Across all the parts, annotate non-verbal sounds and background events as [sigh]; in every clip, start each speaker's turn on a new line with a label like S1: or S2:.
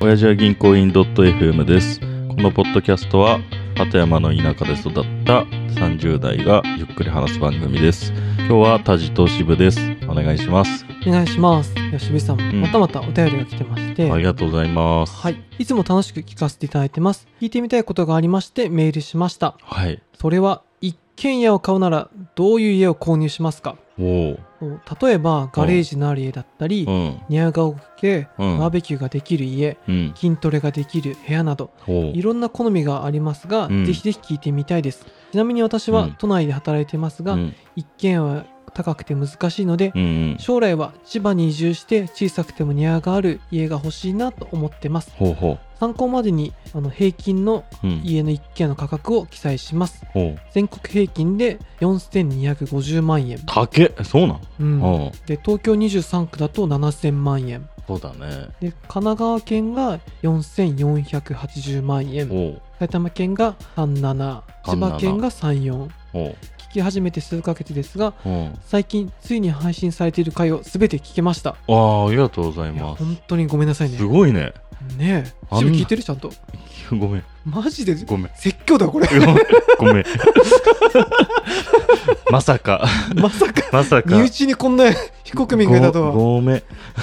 S1: 親父は銀行員 .fm です。このポッドキャストは、鳩山の田舎で育った30代がゆっくり話す番組です。今日は田地と渋です。お願いします。
S2: お願いします。吉部さん,、
S1: ん
S2: またまたお便りが来てまして、
S1: ありがとうございます。
S2: はい。いつも楽しく聞かせていただいてます。聞いてみたいことがありましてメールしました。
S1: はい。
S2: それは、一軒家を買うならどういう家を購入しますか
S1: おお。
S2: そう例えば、ガレージのある家だったり
S1: う、ん。
S2: 庭が多くて、
S1: うん
S2: バーベキューができる家、
S1: うん。
S2: 筋トレができる部屋など、
S1: おう
S2: いろんな好みがありますが、
S1: うん
S2: ぜひぜひ聞いてみたいです。ちなみに私
S1: う
S2: は
S1: ん
S2: 都内で働いてますが、
S1: うん。
S2: 一軒家は高くて難しいので、
S1: うんうん。
S2: 将来は千葉に移住して小さくても庭がある家が欲しいなと思ってます
S1: ほうほ
S2: 参考までにあの平均の
S1: う。うん。
S2: 家の一軒家の価格を記載します
S1: おう
S2: 全国平均で4250万円、
S1: 高え。そうなん、
S2: うん
S1: おう
S2: で東京23区だと7000万円
S1: そうだね。
S2: で神奈川県が4480万円
S1: おう
S2: 埼玉県が37千葉県が34
S1: おう
S2: 聞き始めて数ヶ月ですが
S1: うん。
S2: 最近ついに配信されている回を全て聞けました
S1: ああ、ありがとうござい
S2: いや
S1: ます。
S2: 本当にごめんなさいね
S1: すごいね。
S2: ねえ
S1: あんな
S2: シブ聞いてるちゃんと
S1: ごめん。
S2: マジで
S1: [laughs] ごめん。
S2: 説教だこれ
S1: ごめん。まさか。
S2: まさか
S1: まさか。
S2: 身内にこんな非国民がいたとは
S1: ごごめん。
S2: い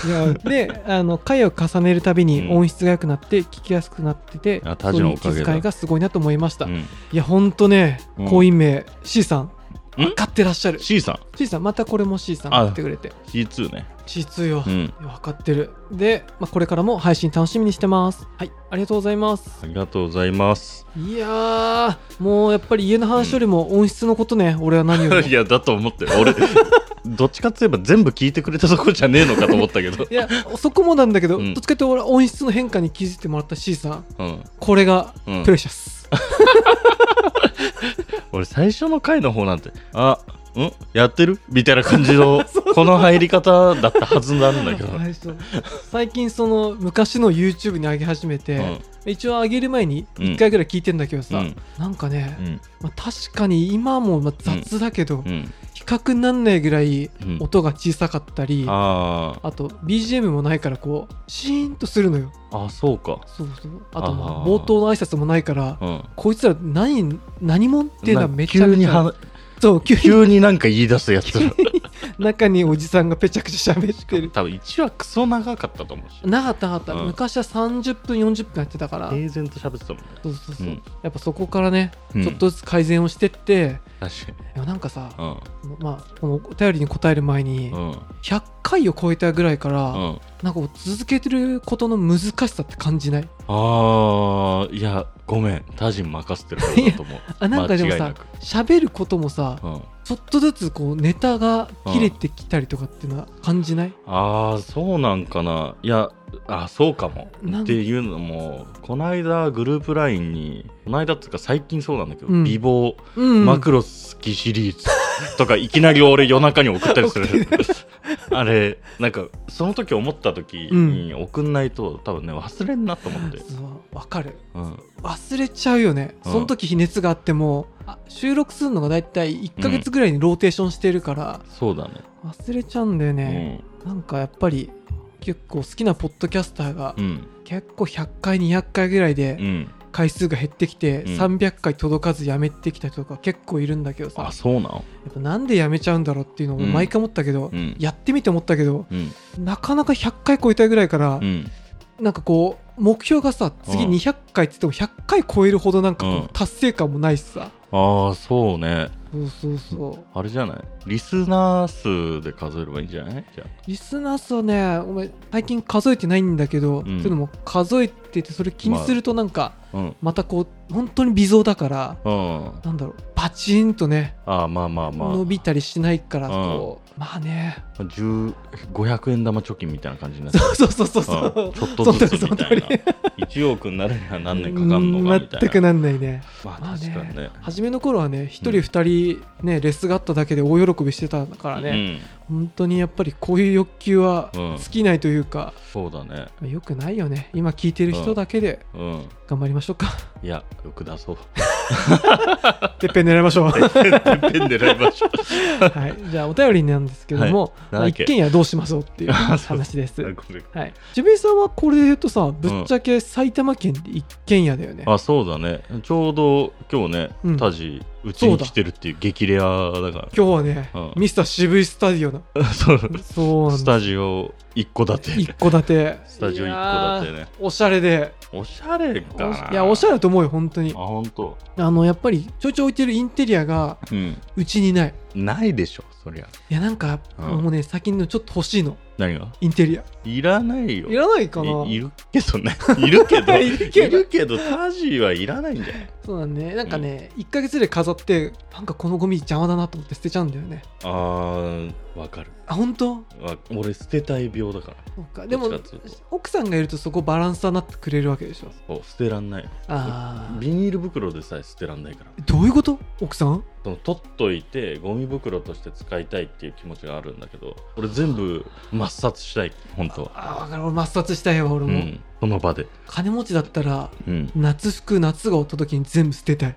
S2: やであの回を重ねるたびに
S1: うん
S2: 音質が良くなって聞きやすくなってて、
S1: あタジのおかげだ
S2: その気遣いがすごいなと思いました、
S1: う
S2: い
S1: ん、
S2: やほんとね
S1: うん
S2: 婚姻名 C さん
S1: うん
S2: 分かってらっしゃる
S1: C さん。
S2: C さんまたこれも C さん
S1: あ
S2: 買ってくれて
S1: C2 ね。
S2: C2 よ、
S1: うん。
S2: 分かってるで、まあ、これからも配信楽しみにしてますはいありがとうございます
S1: ありがとうございます。
S2: いやーもうやっぱり家の話よりも音質のことね、俺は何より
S1: [laughs]
S2: も
S1: いや、だと思って。俺、 [laughs] どっちかといえば全部聞いてくれたところじゃねえのかと思った
S2: [laughs]
S1: けど
S2: い。やそこもなんだけど、
S1: うん
S2: どっちかっていうと俺は音質の変化に気づいてもらった C さん
S1: うん。
S2: これが
S1: うん
S2: プレシャス、
S1: 俺、最初の回の方なんて、あ、んやってるみたいな感じ
S2: [laughs]
S1: の、この入り方だったはずなんだけど。
S2: 最初最近その昔の YouTube に上げ始めて、一応上げる前に
S1: うん
S2: 1回ぐらい聞いてんだけど
S1: う
S2: さ、
S1: ん。
S2: なんかね、
S1: うん。
S2: まあ、確かに今もまあ雑だけど、
S1: うん。
S2: 比較になんないぐらい
S1: うん。
S2: 音が小さかったり、あ
S1: あ
S2: と BGM もないからこうシーンとするのよ
S1: あ。あ、そうか。
S2: そうそうあとま
S1: あ
S2: あ
S1: ー
S2: 冒頭の挨拶もないから
S1: うん。
S2: こいつら何何者っていうのはめちゃ
S1: 急
S2: め
S1: に
S2: ちゃ
S1: は
S2: そう急に
S1: 急になんか言い出すやつら
S2: 中におじさんがぺちゃくちゃ喋ってる
S1: 多分1話クソ長かったと思うし
S2: なかったなかった、
S1: うん
S2: 昔は30分40分やってたから、
S1: 平然と喋ってたもんね
S2: そうそうそう、
S1: うん
S2: やっぱそこからね、
S1: うん
S2: ちょっとずつ改善をしてって
S1: 確かに
S2: いやなんかさ、
S1: う
S2: まあこのお便りに答える前に、
S1: んうん
S2: 100回を超えたぐらいから、
S1: うん
S2: なんかこう続けてることの難しさって感じない
S1: ああいやごめん他人任せてるからだと思う
S2: あなんかでも
S1: 間違
S2: さ
S1: [laughs] いなく
S2: 喋ることもさ
S1: うん
S2: ちょっとずつこうネタが切れてきたりとかっていうのは感じない、
S1: ああそうなんかないやあそうかも
S2: なん
S1: っていうのもこの間グループ LINE にこの間っていうか最近そうなんだけど
S2: うん
S1: 美貌
S2: うん
S1: マクロ好きシリーズ [laughs] とかいきなり俺夜中に送ったりす
S2: 送っ
S1: るあれなんかその時思った時に送んないと多分ね忘れんなと思って、
S2: そうわかる
S1: うん、
S2: 忘れちゃうよね
S1: うん
S2: その時熱があっても、あ収録するのがだいたい1ヶ月ぐらいにローテーションしてるから、
S1: そうだね
S2: 忘れちゃうんだよね、なんかやっぱり結構好きなポッドキャスターが
S1: うんうん
S2: 結構100回200回ぐらいで
S1: うん
S2: 回数が減ってきて
S1: うん
S2: 300回届かずやめてきた人とか結構いるんだけどさ
S1: あ
S2: や
S1: そうなの
S2: っぱなんでやめちゃうんだろうっていうのを
S1: うん
S2: 毎回思ったけど、
S1: うん
S2: やってみて思ったけど
S1: うん
S2: なかなか100回超えたぐらいから
S1: う、ん
S2: なんかこう目標がさ次
S1: うん
S2: 200回って言っても100回超えるほどなんかこう
S1: うん
S2: 達成感もないし
S1: あ
S2: さ、
S1: あそうね
S2: そうそうそう
S1: あれじゃないリスナー数で数えればいいんじゃないじゃあ
S2: リスナー数はねお前最近数えてないんだけど、
S1: ん
S2: そういうのも数えててそれ気にするとなんか
S1: うん
S2: またこう本当に微増だから
S1: うん
S2: なんだろうパチンとね
S1: ああまあまあま
S2: 伸びたりしないからこう、まあね
S1: あ10 500円玉貯金みたいな感じになっ
S2: そうそうそうそうそう
S1: うんちょっとずつみたい
S2: そ
S1: な
S2: の通り
S1: 1億になるには何年かかんのかみたいな
S2: [laughs] 全くなんないね
S1: ま
S2: ま
S1: あ
S2: あ
S1: 確かに
S2: ね
S1: ね、
S2: 初めの頃はね1人2人ね、レスがあっただけで大喜びしてたからね、本当にやっぱりこういう欲求は
S1: うん
S2: 尽きないというか
S1: うん、、そうだね
S2: 良よくないよね今聞いてる人だけで
S1: うん
S2: 頑張りましょうか、
S1: いやよく出そう
S2: てっぺん狙いましょ
S1: [laughs]
S2: う
S1: ペンでライバーしょ [laughs]
S2: はい、じゃあお便りなんですけども、
S1: いな
S2: ま
S1: んだ
S2: あ
S1: っけ
S2: 一軒家どうしましょ
S1: [laughs]
S2: うっていう
S1: あそう
S2: 話です。
S1: あごめん
S2: はい、ジュビさんはこれで言うとさぶっちゃけ埼玉県って一軒家だよね。
S1: あそうだねちょうど今日
S2: う
S1: ね
S2: ん
S1: タジうちに来てるっていう激レアだか
S2: 今日はね、
S1: うん
S2: ミスター渋いスタジオな
S1: ら [laughs] そう
S2: そうなん
S1: ス
S2: だ
S1: タジオ一戸建て
S2: 一戸建て
S1: スタジオ一
S2: 一
S1: 戸建てね
S2: おしゃれで
S1: おしゃれ
S2: お
S1: かない
S2: いやおしゃれだと思うよ本当に
S1: あ本当
S2: あのやっぱりちょいちょい置いてるインテリアが
S1: うん
S2: うちにない
S1: ないでしょそりゃ
S2: いやなんか、
S1: うん
S2: もうね先のちょっと欲しいの
S1: 何が
S2: インテリア
S1: いらないよ
S2: いらないかない
S1: いるけどね [laughs] いるけど
S2: [laughs] いるけど
S1: タジはいらないんだよ
S2: そうだねなんかね、一1か月で飾ってなんかこのゴミ邪魔だなと思って捨てちゃうんだよね
S1: あーわかる
S2: あ本当
S1: わ俺捨てたい病だから
S2: そうかでも
S1: どっちかっていうと
S2: 奥さんがいるとそこバランサーになってくれるわけでしょ
S1: そう捨てらんない
S2: あ
S1: ビニール袋でさえ捨てらんないから
S2: あどういうこと奥さん
S1: その取っといてゴミ袋として使いたいっていう気持ちがあるんだけど俺全部抹殺したい本当は、
S2: ああ分かる俺抹殺したいわ俺
S1: う
S2: も、
S1: ん、その場で、
S2: 金持ちだったら
S1: うん、
S2: 夏服夏がおった時に全部捨てたい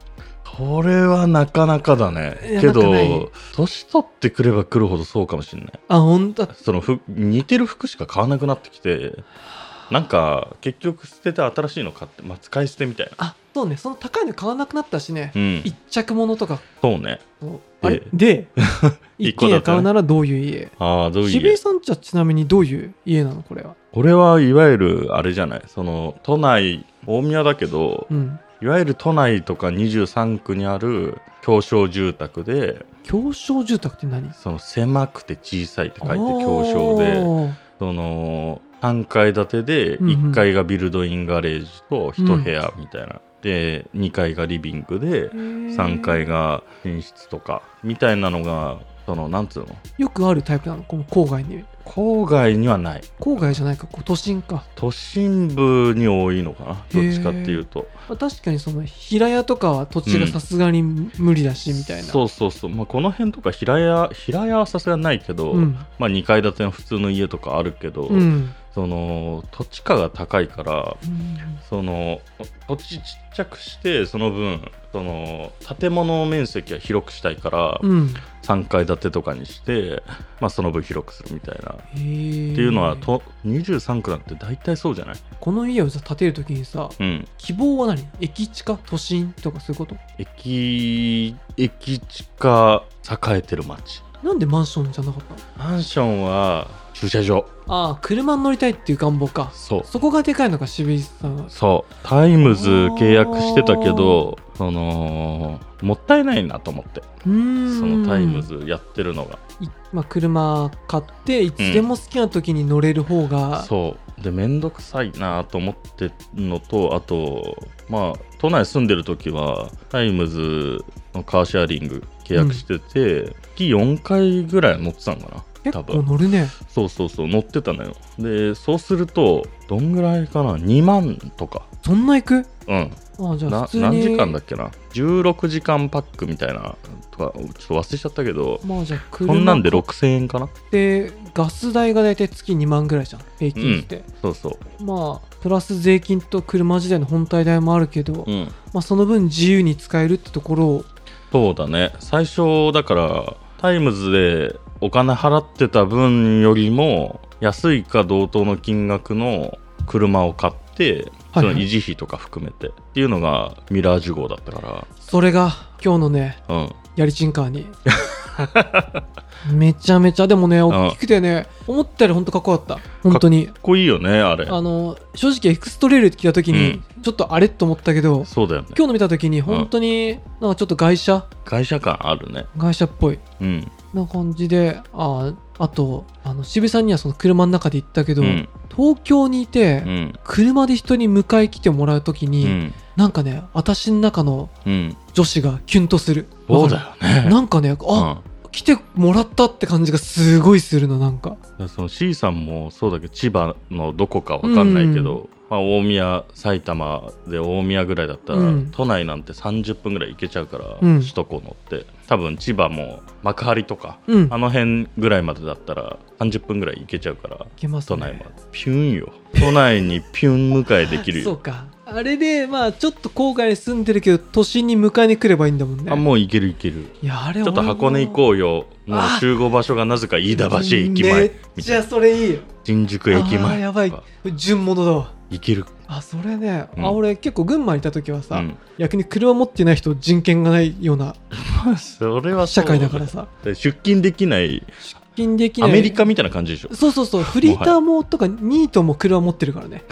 S1: これはなかなかだね
S2: いや
S1: け
S2: なかない
S1: ど年取ってくれば来るほどそうかもしれない
S2: あ本当だ
S1: そのふ似てる服しか買わなくなってきてなんか結局捨てて新しいの買って、まあ、使い捨てみたいな
S2: あそうねその高いの買わなくなったしね、
S1: うん
S2: 一着物とか
S1: そうね
S2: そうあれ
S1: [laughs]
S2: で一軒家買うならどういう家
S1: ああどういう
S2: 渋井
S1: 家
S2: さんちはちなみにどういう家なのこれは
S1: これはいわゆるあれじゃないその都内大宮だけど
S2: うん
S1: いわゆる都内とか23区にある狭小住宅で
S2: 狭小住宅って何
S1: その狭くて小さいって書いて狭小で
S2: おー
S1: その3階建てで
S2: うんうん
S1: 1階がビルドインガレージと1部屋みたいな、で2階がリビングで
S2: へー
S1: 3階が寝室とかみたいなのがそのなんつうの
S2: よくあるタイプなのこの郊外に
S1: 郊外にはない
S2: 郊外じゃないかこう都心か、
S1: 都心部に多いのかなどっちかっていうと
S2: まあ、確かにその平屋とかは土地がさすがに無理だしみたいな、
S1: そうそうそう、まあ、この辺とか平屋平屋はさすがにないけど、
S2: うん
S1: まあ、2階建ての普通の家とかあるけど、
S2: うん
S1: その土地価が高いから
S2: うん
S1: その土地ちっちゃくしてその分その建物面積は広くしたいから、
S2: うん
S1: 3階建てとかにして、まあ、その分広くするみたいな。
S2: へー
S1: っていうのはと23区なんて大体そうじゃない、
S2: この家をさ建てるときにさ
S1: うん、
S2: 希望は何駅地下都心とかそういうこと
S1: 駅駅地下栄えてる街
S2: なんでマンションじゃなかったの
S1: マンションは駐車場
S2: ああ車に乗りたいっていう願望か
S1: そう
S2: そこがでかいのか渋井さんは
S1: そうタイムズ契約してたけどそのもったいないなと思って
S2: うーん
S1: そのタイムズやってるのが
S2: いまあ、車買っていつでも好きな時に乗れる方が、
S1: そうで面倒くさいなと思ってるのとあとまあ都内住んでる時はタイムズのカーシェアリング契約してて、月4回ぐらい乗ってたのかな多
S2: 結構
S1: 分
S2: 乗るね
S1: そうそうそう乗ってたのよでそうするとどんぐらいかな2万とか
S2: そんな行く
S1: うん
S2: ああじゃあ
S1: な
S2: 普通に
S1: 何時間だっけな16時間パックみたいなとかちょっと忘れちゃったけど
S2: まあじゃあ車
S1: そんなんで6000円かな
S2: でガス代が大体月2万ぐらいじゃん平均して、
S1: そうそう、
S2: まあプラス税金と車自体の本体代もあるけど、
S1: うん、
S2: まあ、その分自由に使えるってところを
S1: そうだね最初だからタイムズでお金払ってた分よりも安いか同等の金額の車を買って
S2: は
S1: そ
S2: いは
S1: の
S2: い
S1: 維持費とか含めて、っていうのがミラージュ号だったか
S2: それが今日のね
S1: らうん
S2: やりちんカーにめちゃめちゃでもね大きくてね、思ったより本当かっこよかった本当に
S1: かっこいいよねあれ
S2: あの正直エクストレイルって来た時にちょっとあれと思ったけど、
S1: そうだよね
S2: 今日の見た時に本当になんかちょっと外車
S1: 会社感あるね
S2: 外車っぽい
S1: うん
S2: な感じでああとあの渋さんにはその車の中で行ったけど、
S1: うん
S2: 東京にいて、
S1: うん
S2: 車で人に迎え来てもらう時
S1: う
S2: に、
S1: ん
S2: なんかね私の中の
S1: うん
S2: 女子がキュンとする
S1: そうだ
S2: わか
S1: よね
S2: るなんかねあ、来てもらったって感じがすごいするのなんか
S1: うん、その C さんもそうだけど千葉のどこかわかんないけど、まあ、大宮埼玉で大宮ぐらいだったら、
S2: うん
S1: 都内なんて30分ぐらい行けちゃうから、
S2: うん
S1: 首都高乗って多分千葉も幕張とか
S2: うん
S1: あの辺ぐらいまでだったら30分ぐらい行けちゃうから
S2: いけます
S1: 都
S2: ね
S1: 内までピュンよ都内にピュン迎えできる
S2: そう
S1: よ
S2: かあれでまあちょっと郊外に住んでるけど都心に迎えに来ればいいんだもんね
S1: あもう行ける行ける
S2: いやあれ
S1: ちょっと箱根行こうよの
S2: あ
S1: 集合場所がなぜか飯田橋駅
S2: め
S1: 前
S2: っ
S1: み
S2: ち
S1: たい
S2: ゃ
S1: な
S2: それいいよ
S1: 新宿駅
S2: あー
S1: 前
S2: やばい
S1: とか
S2: 純物だわ
S1: 行ける
S2: あそれね、
S1: うん
S2: あ俺結構群馬にいた時は
S1: う
S2: さ、
S1: ん
S2: 逆に車持ってない人人権がないような
S1: それはそう
S2: 社会だからさ
S1: 出勤できない
S2: 出勤できな
S1: ア
S2: い
S1: メリカみたいな感じで
S2: [laughs]
S1: しょ
S2: そうそうそうフリーターもとかニートも車持ってるからね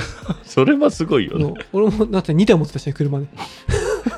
S1: それはすごいよ
S2: もう
S1: ね
S2: 俺もだって2台持ってたしね車ね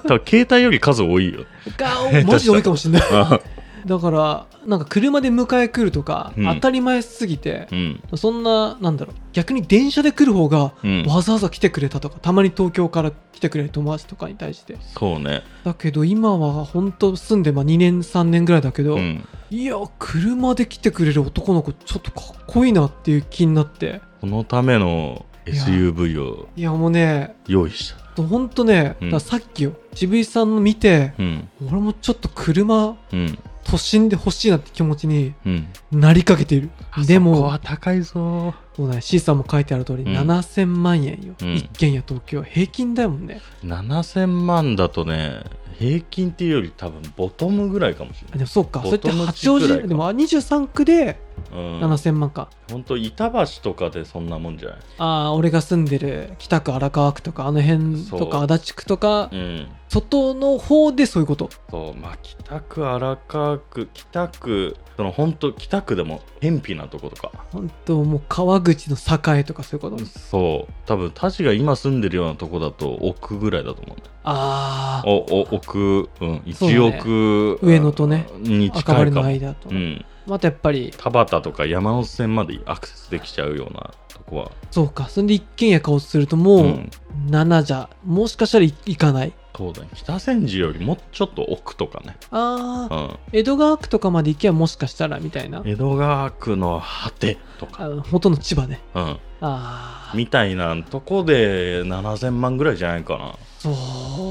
S1: 多分携帯より数多いよ
S2: ガオンマジで多いかも
S1: [laughs]
S2: しれない
S1: あ
S2: [laughs] だからなんか車で迎え来るとか、
S1: うん
S2: 当たり前すぎて
S1: う、ん
S2: そんななんだろう逆に電車で来る方が、
S1: うん
S2: わざわざ来てくれたとかたまに東京から来てくれる友達とかに対して
S1: そうね
S2: だけど今は本当住んでまあ2年3年ぐらいだけど、
S1: うん
S2: いや車で来てくれる男の子ちょっとかっこいいなっていう気になって
S1: このための SUV を
S2: いやもうね
S1: 用意した
S2: 本当ね、
S1: うん
S2: だからさっきよ渋井さんの見て
S1: うん
S2: 俺もちょっと車
S1: うん
S2: 都心で欲しいなって気持ちに
S1: うん
S2: なりかけている
S1: そ
S2: で
S1: こ
S2: も
S1: は高いぞ
S2: そうだね C さんも書いてある通り、
S1: うん
S2: 7000万円よ、
S1: うん
S2: 一軒家東京平均だもんね
S1: 7000万だとね平均っていうより多分ボトムぐらいかもしれ
S2: あ
S1: ない
S2: でもそうかそれって
S1: ボトム
S2: 八王
S1: 地
S2: 子
S1: くらいか
S2: でもあ23区で
S1: うん
S2: 7000万か、
S1: 本当板橋とかでそんなもんじゃない
S2: ああ俺が住んでる北区荒川区とかあの辺とか
S1: そう
S2: 足立区とか
S1: うん
S2: 外の方でそういうこと
S1: そうまあ北区荒川区北区その本当北区でも偏僻なとことか
S2: 本当もう川口の栄とかそういうこと、
S1: そう多分タジが今住んでるようなとこだと奥ぐらいだと思うね
S2: ああ
S1: おお奥うん
S2: そう
S1: 1
S2: ね
S1: 億、
S2: 上野とね
S1: に
S2: 赤
S1: 近い
S2: 羽
S1: か
S2: の
S1: も
S2: 間と、
S1: うん
S2: またやっぱり
S1: 田畑とか山手線までアクセスできちゃうようなとこは
S2: そうかそれで一軒家買おうとするともう、
S1: ん、
S2: 7じゃもしかしたらいいかない
S1: そうだね北千住よりもちょっと奥とかね、
S2: あー
S1: う、
S2: 江戸川区とかまで行けばもしかしたらみたいなん
S1: 江戸川区の果てとか、
S2: あほとんど千葉ね
S1: うん、
S2: ああ
S1: みたいなとこで7000万ぐらいじゃないかな
S2: そう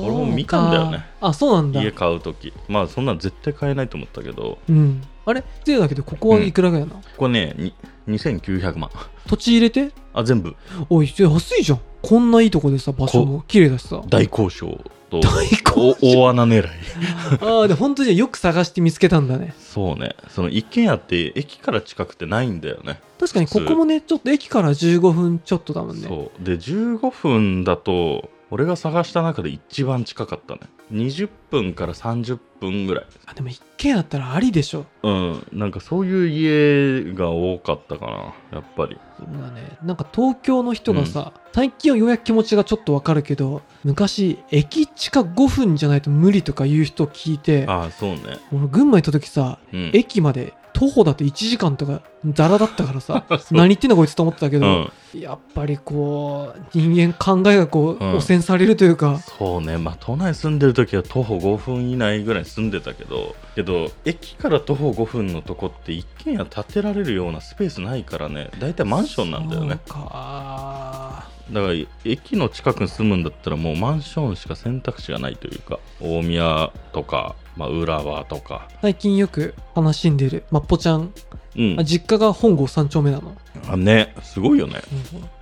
S1: 俺も見たんだよね
S2: あそうなんだ
S1: 家買う時まあそんなん絶対買えないと思ったけど
S2: うんあれ失礼だけどここはいくらぐらいなの、
S1: これねに2900万
S2: 土地入れて
S1: あ全部
S2: おいちょ安いじゃんこんないいとこでさ場所も綺麗だしさ
S1: 大交渉と
S2: 大交渉
S1: お大穴狙い
S2: ああで本当によく探して見つけたんだね
S1: そうねその一軒家って駅から近くてないんだよね
S2: 確かにここもねちょっと駅から15分ちょっとだもんね
S1: そうで15分だと俺が探した中で一番近かったね20分から30分ぐらい
S2: あでも一軒家だったらありでしょ
S1: うんなんかそういう家が多かったかなやっぱり
S2: そうだね、なんか東京の人がさ、最近はようやく気持ちがちょっとわかるけど昔駅地下5分じゃないと無理とか言う人聞いて
S1: ああそうね、
S2: 俺群馬行った時さ
S1: うん、
S2: 駅まで徒歩だと1時間とかザラだったからさ
S1: [laughs] そう
S2: 何言ってんだこいつと思ってたけ
S1: う
S2: ど、
S1: ん、
S2: やっぱりこう人間考えがこう、
S1: うん
S2: 汚染されるというか
S1: そうねまあ都内住んでる時は徒歩5分以内ぐらい住んでたけどけど駅から徒歩5分のとこって一軒家建てられるようなスペースないからね大体マンションなんだよね
S2: そうか
S1: だから駅の近くに住むんだったらもうマンションしか選択肢がないというか大宮とか、まあ、浦和とか
S2: 最近よく話しんでるまっぽちゃん、
S1: うん
S2: あ実家が本郷3丁目なの、
S1: あねすごいよね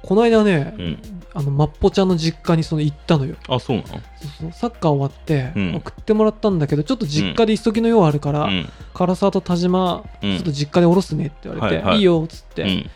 S2: この間ね、
S1: うん
S2: あのまっぽちゃんの実家にその行ったのよ
S1: あそうな
S2: そうそうサッカー終わって
S1: うん
S2: 送ってもらったんだけど、ちょっと実家で急ぎの用あるから、
S1: のうん
S2: 唐沢と田島、
S1: うん
S2: ちょっと実家で降ろすねって言われて、
S1: はいは
S2: い
S1: い
S2: い、よっつって、
S1: うん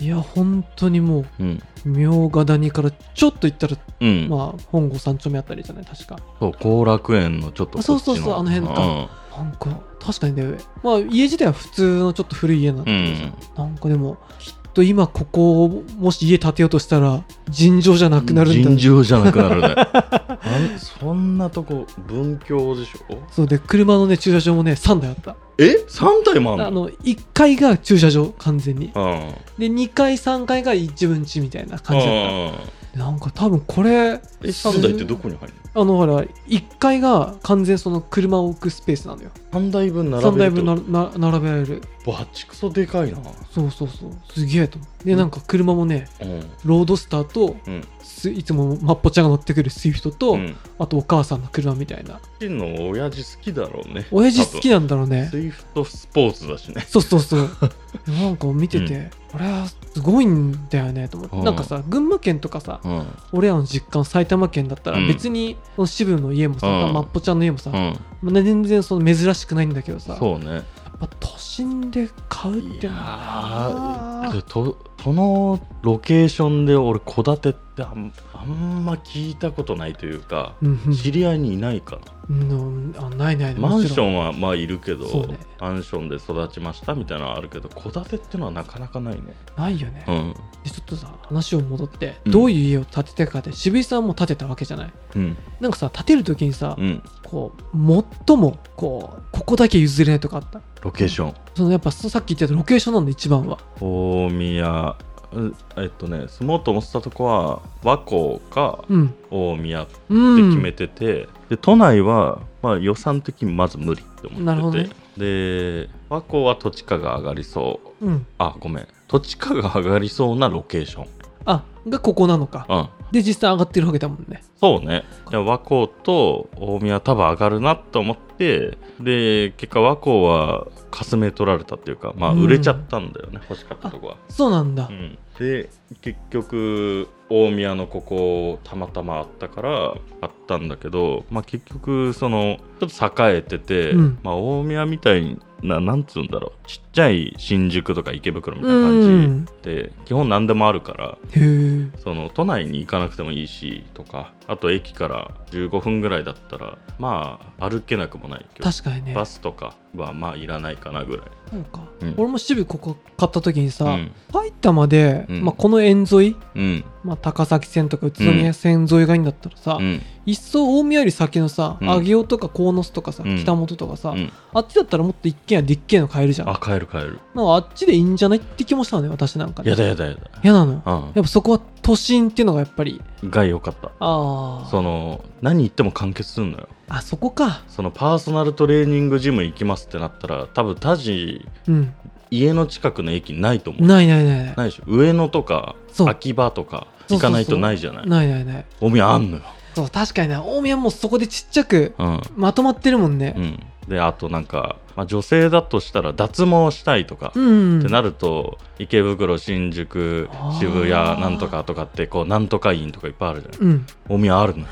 S2: いや本当にも
S1: うん
S2: う明賀谷からちょっと行ったら、
S1: うん、
S2: まあ本郷三丁目あたりじゃない確か
S1: そう後楽園のちょっとこっちの
S2: あそうそうそうあの辺か
S1: うん
S2: なんか確かにね上まあ家自体は普通のちょっと古い家なんだけどさ、なんかでもきっと今ここをもし家建てようとしたら尋常じゃなくなるんだ
S1: 尋常じゃなくなるね [laughs] あんそんなとこ文教でしょ
S2: そうで車のね駐車場もね3台あった
S1: え三3体も
S2: あの1階が駐車場完全に
S1: うん
S2: で2階3階が自分家みたいな感じだっ
S1: うん
S2: たなんか多分これ
S1: え3台ってどこに入るの
S2: あのほら1階が完全その車を置くスペースなのよ
S1: 3台分並べる
S2: 3台分
S1: 並
S2: なな並べられる
S1: べバチクソでかいな
S2: そうそうそうすげえと思うでなんか車もね
S1: うん
S2: ロードスターと
S1: うん
S2: スいつもマッポちゃんが乗ってくるスイフトと、
S1: うん
S2: あとお母さんの車みたいな
S1: 真の親父好きだろうね
S2: 親父好き
S1: だ
S2: なんだろうね
S1: スイフトスポーツだしね [laughs]
S2: そうそうそうなんか見てて、これはすごいんだよねと思って、
S1: うん
S2: なんかさ群馬県とかさ
S1: うん
S2: 俺らの実家の埼玉県だったら
S1: うん
S2: 別にその渋の家もさ、
S1: うん
S2: まっぽちゃんの家もさ、
S1: うん
S2: まあ全然その珍しくないんだけどさやっ
S1: そうね
S2: ぱ都心で買うっ
S1: い
S2: て
S1: や
S2: の
S1: ー
S2: は
S1: でとそのロケーションで俺戸建てってあんあんま聞いたことないというか、
S2: うんうん
S1: 知り合いにいないか
S2: うんあないない
S1: なマンショ
S2: ン
S1: ンはまあいるけど、
S2: そうね
S1: マンションで育ちましたみたいなのはあるけど戸建てってのはなかなかないね
S2: ないよね、
S1: うん
S2: でちょっとさ話を戻って、
S1: うん
S2: どういう家を建てたかで渋井さんも建てたわけじゃない
S1: うん
S2: なんかさ建てる時にさ、
S1: うん
S2: こう最もこうここだけ譲れないとかあった
S1: ロケーション
S2: そのやっぱささっき言ってたロケーションなんだ一番は
S1: 大宮うえっとね住もうと思ってたとこは和光か
S2: うん
S1: 大宮って
S2: うん
S1: 決めてて、で都内は、まあ、予算的にまず無理って思ってて
S2: なるほどね
S1: で和光は土地価が上がりそう
S2: うん
S1: あごめん土地価が上がりそうなロケーション
S2: あがここなのか
S1: うん
S2: で実際上がってるわけだもんね
S1: そうねいや和光と大宮は多分上がるなと思ってで結果和光はかすめ取られたっていうかまあ
S2: うん
S1: 売れちゃったんだよね、欲しかったとこは
S2: そうなんだ、
S1: うん、で結局大宮のここたまたまあったからあったんだけど、まあ、結局そのちょっと栄えてて、
S2: うん
S1: まあ、大宮みたいななんつうんだろうちっちゃい新宿とか池袋みたいな
S2: う
S1: 感
S2: ん
S1: じで、基本何でもあるから
S2: へえ
S1: その都内に行かなくてもいいしとかあと駅から15分ぐらいだったらまあ歩けなくもないけど
S2: 確かにね
S1: バスとかはまあいらないかなぐらい。
S2: そうか、
S1: うん
S2: 俺も渋ここ買った時にさ、
S1: うん
S2: 埼玉で、
S1: うん
S2: まあ、この沿沿い、
S1: うん
S2: まあ、高崎線とか宇都宮線沿いがいいんだったらさ、
S1: うん
S2: いっそ大宮より先のさ、
S1: うん
S2: 上尾とか鴻巣とかさ、
S1: うん
S2: 北本とかさ、
S1: うん
S2: あっちだったらもっと一軒やでっけえの買えるじゃん
S1: あ帰る帰る
S2: なんかあっちでいいんじゃないって気もしたのね私なんかね
S1: やだやだやだ
S2: 嫌なのよ
S1: うん
S2: やっぱそこは都心っていうのがやっぱり
S1: が良かった
S2: ああ
S1: その何言っても完結すんのよ
S2: あそこか
S1: そのパーソナルトレーニングジム行きますってなったら多分タジ
S2: うん
S1: 家の近くの駅ないと思う
S2: ないないないない
S1: ないでしょ上野とか
S2: そう
S1: 秋葉とか
S2: そうそう
S1: 行
S2: そう
S1: かないとないじゃない
S2: ないないない
S1: おみあんのよ
S2: そう確かにね大宮もうそこでちっちゃく
S1: うん、
S2: まとまってるもんね
S1: うん、であとなんか、まあ、女性だとしたら脱毛したいとか、
S2: うん、
S1: ってなると池袋新宿
S2: あー
S1: 渋谷なんとかとかってこうなんとか院とかいっぱいあるじゃない
S2: うん
S1: おみあるのよ、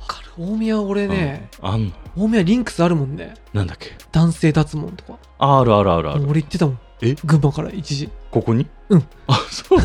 S2: わかる大宮俺ね、
S1: うん、あんの
S2: 大宮リンクスあるもんね
S1: なんだっけ
S2: 男性脱毛とか
S1: ああるあるあるある
S2: 俺行ってたもん
S1: え
S2: 群馬から一時 [laughs]
S1: ここに
S2: うん。
S1: あ、そう。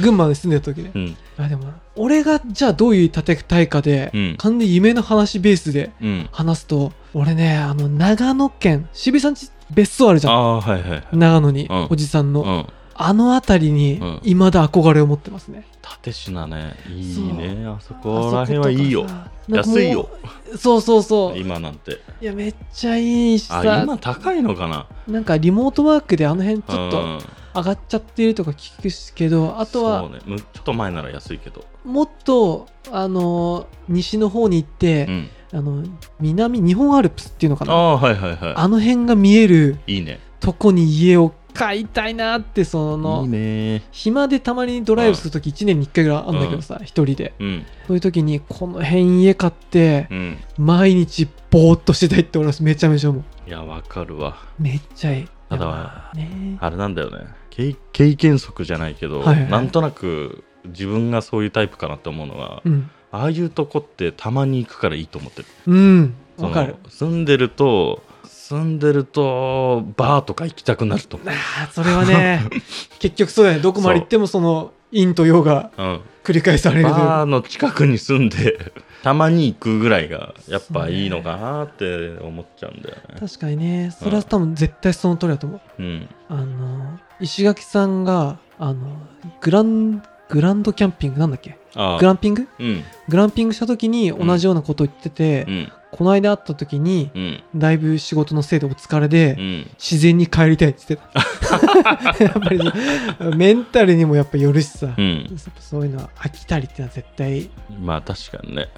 S2: 群馬に住んでた時ね
S1: うん。
S2: あでもな俺がじゃあどういう建てたいかで、
S1: うん
S2: 完全に夢の話ベースで
S1: うん。
S2: 話すと俺ねあの長野県渋井さんち別荘あるじ
S1: あ
S2: ゃん
S1: あ、はいはいはい。
S2: 長野に、
S1: うん
S2: おじさんの、
S1: うん。
S2: あの辺りに
S1: うん
S2: 未だ憧れを持ってますね、
S1: 蓼科ね。いいね。あそ
S2: あ
S1: こら辺はいいよ
S2: そことか。さなんかもう
S1: 安いよ。
S2: そうそうそうい
S1: 今なんて。
S2: やめっちゃいいし
S1: あ、
S2: さ
S1: 今高いのかな。
S2: なんかリモートワークであの辺ちょっ
S1: う
S2: と
S1: ん
S2: 上がっちゃってるとか聞くしけどあと
S1: そう
S2: は
S1: ね。むちょっと前なら安いけど。
S2: もっとあの西の方に行っ
S1: う
S2: て、
S1: ん。
S2: あの南日本アルプスっていうのか
S1: あ
S2: な
S1: あ、はいはいは
S2: あの辺が見える
S1: い。いいね。
S2: とこに家を買いたいなってその
S1: いいね。
S2: 暇でたまにドライブするとき1年に1回ぐらいあるんだけどさ、一人で。
S1: うん。
S2: そういうときに、この辺家買って、
S1: うん。
S2: 毎日ぼーっとしてたいって俺はめちゃめちゃ思う。
S1: いや、わかるわ。
S2: めっちゃいい。
S1: ただは
S2: ね
S1: あれなんだよね。経経験則じゃないけど、
S2: はいはい
S1: なんとなく自分がそういうタイプかなって思うのは、
S2: うん。
S1: ああいうとこってたまに行くからいいと思ってる。
S2: うん。
S1: その
S2: わかる。
S1: 住んでると住んでるとバーとか行きたくなると思う、
S2: ああ、それは
S1: [laughs]
S2: ね、結局そうだよね。どこまで行ってもその、陰と陽が
S1: うん、
S2: 繰り返されるというか
S1: バーの近くに住んで [laughs] たまに行くぐらいがやっぱいいのかなって思っちゃうんだよね
S2: 確かにね、それは多分絶対その通りだと思
S1: う
S2: う。
S1: ん
S2: あの、石垣さんが、あの、グラン、グランドキャンピングなんだっけ
S1: あ
S2: グランピング
S1: うん
S2: グランピングした時に同じようなことを言ってて、
S1: うん
S2: この間会った時に、
S1: うん
S2: だいぶ仕事のせいでお疲れで、
S1: うん
S2: 自然に帰りたいって言っ
S1: [laughs]
S2: てた。やっぱりね、メンタルにもやっぱよるしさ、
S1: うん
S2: そういうのは飽きたりってのは絶対、
S1: まあ確かにね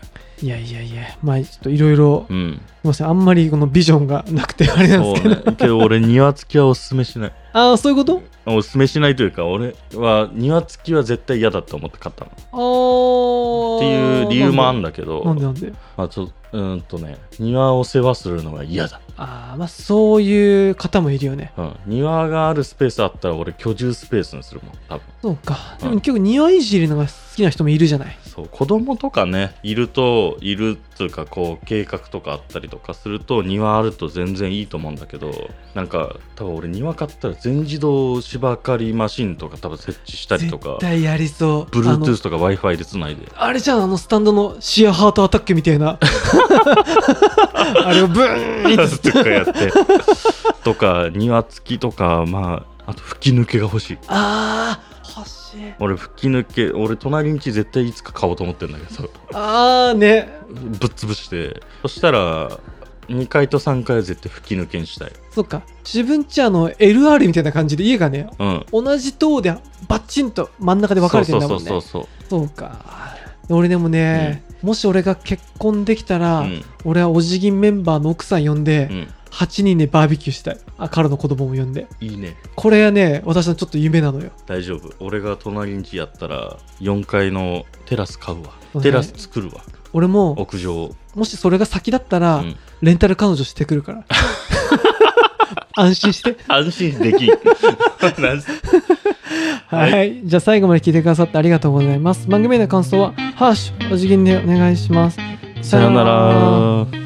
S2: いやいやいや、まあちょっといろいろ、す
S1: う
S2: い [laughs]
S1: ん
S2: ません、あんまりこのビジョンがなくてあれなん
S1: そ
S2: です
S1: う
S2: けど。
S1: ねけど俺庭付きはおすすめしない [laughs]
S2: ああ、そういうこと
S1: おすすめしないというか俺は庭付きは絶対嫌だと思って買ったのっ
S2: ああ。
S1: ていう理由もあ
S2: ん
S1: んだけど
S2: なんでなんで
S1: まあ、ちょうーんとね庭を世話するのが嫌だ、
S2: ああまあそういう方もいるよね
S1: うん、庭があるスペースあったら俺居住スペースにするもん多分
S2: そうかで
S1: う
S2: も
S1: ん
S2: 結構庭いじりのが好きな人もいるじゃない
S1: そう子供とかねいるといるというかこう計画とかあったりとかすると庭あると全然いいと思うんだけどなんか多分俺庭買ったら全自動芝刈りマシンとか多分設置したりとか
S2: 絶対やりそう
S1: Bluetooth とか w i f i でつないで
S2: あのあれじゃんあのスタンドのシアハートアタックみたいなあれをブーンって
S1: とかやってとか庭付きとかまああと吹き抜けが欲しい
S2: ああ欲しい
S1: 俺吹き抜け俺隣道絶対いつか買おうと思ってんだけど
S2: ああね
S1: ぶっ潰してそしたら2階と3階は絶対吹き抜けにしたい
S2: そっか自分ちあの LR みたいな感じで家がね
S1: うん
S2: 同じ塔でバッチンと真ん中で分かれてるんだもんね
S1: そうそうそう
S2: そうか俺でもね、もし俺が結婚できたら、
S1: そううん
S2: 俺はお辞儀メンバーの奥さん呼んで、
S1: うん
S2: 8人でバーベキューしたいあ彼の子供も呼んで
S1: いいね
S2: これはね私のちょっと夢なのよ
S1: 大丈夫俺が隣んちやったら4階のテラス買うわ
S2: そうね
S1: テラス作るわ
S2: 俺も
S1: 屋上
S2: もしそれが先だったら、
S1: うん
S2: レンタル彼女してくるから
S1: [laughs]
S2: 安心して
S1: 安心で
S2: [laughs]
S1: きんなんす
S2: はい、じゃあ最後まで聞いてくださってありがとうございます番組への感想は「ハッシュお辞儀でお願いします
S1: さよなら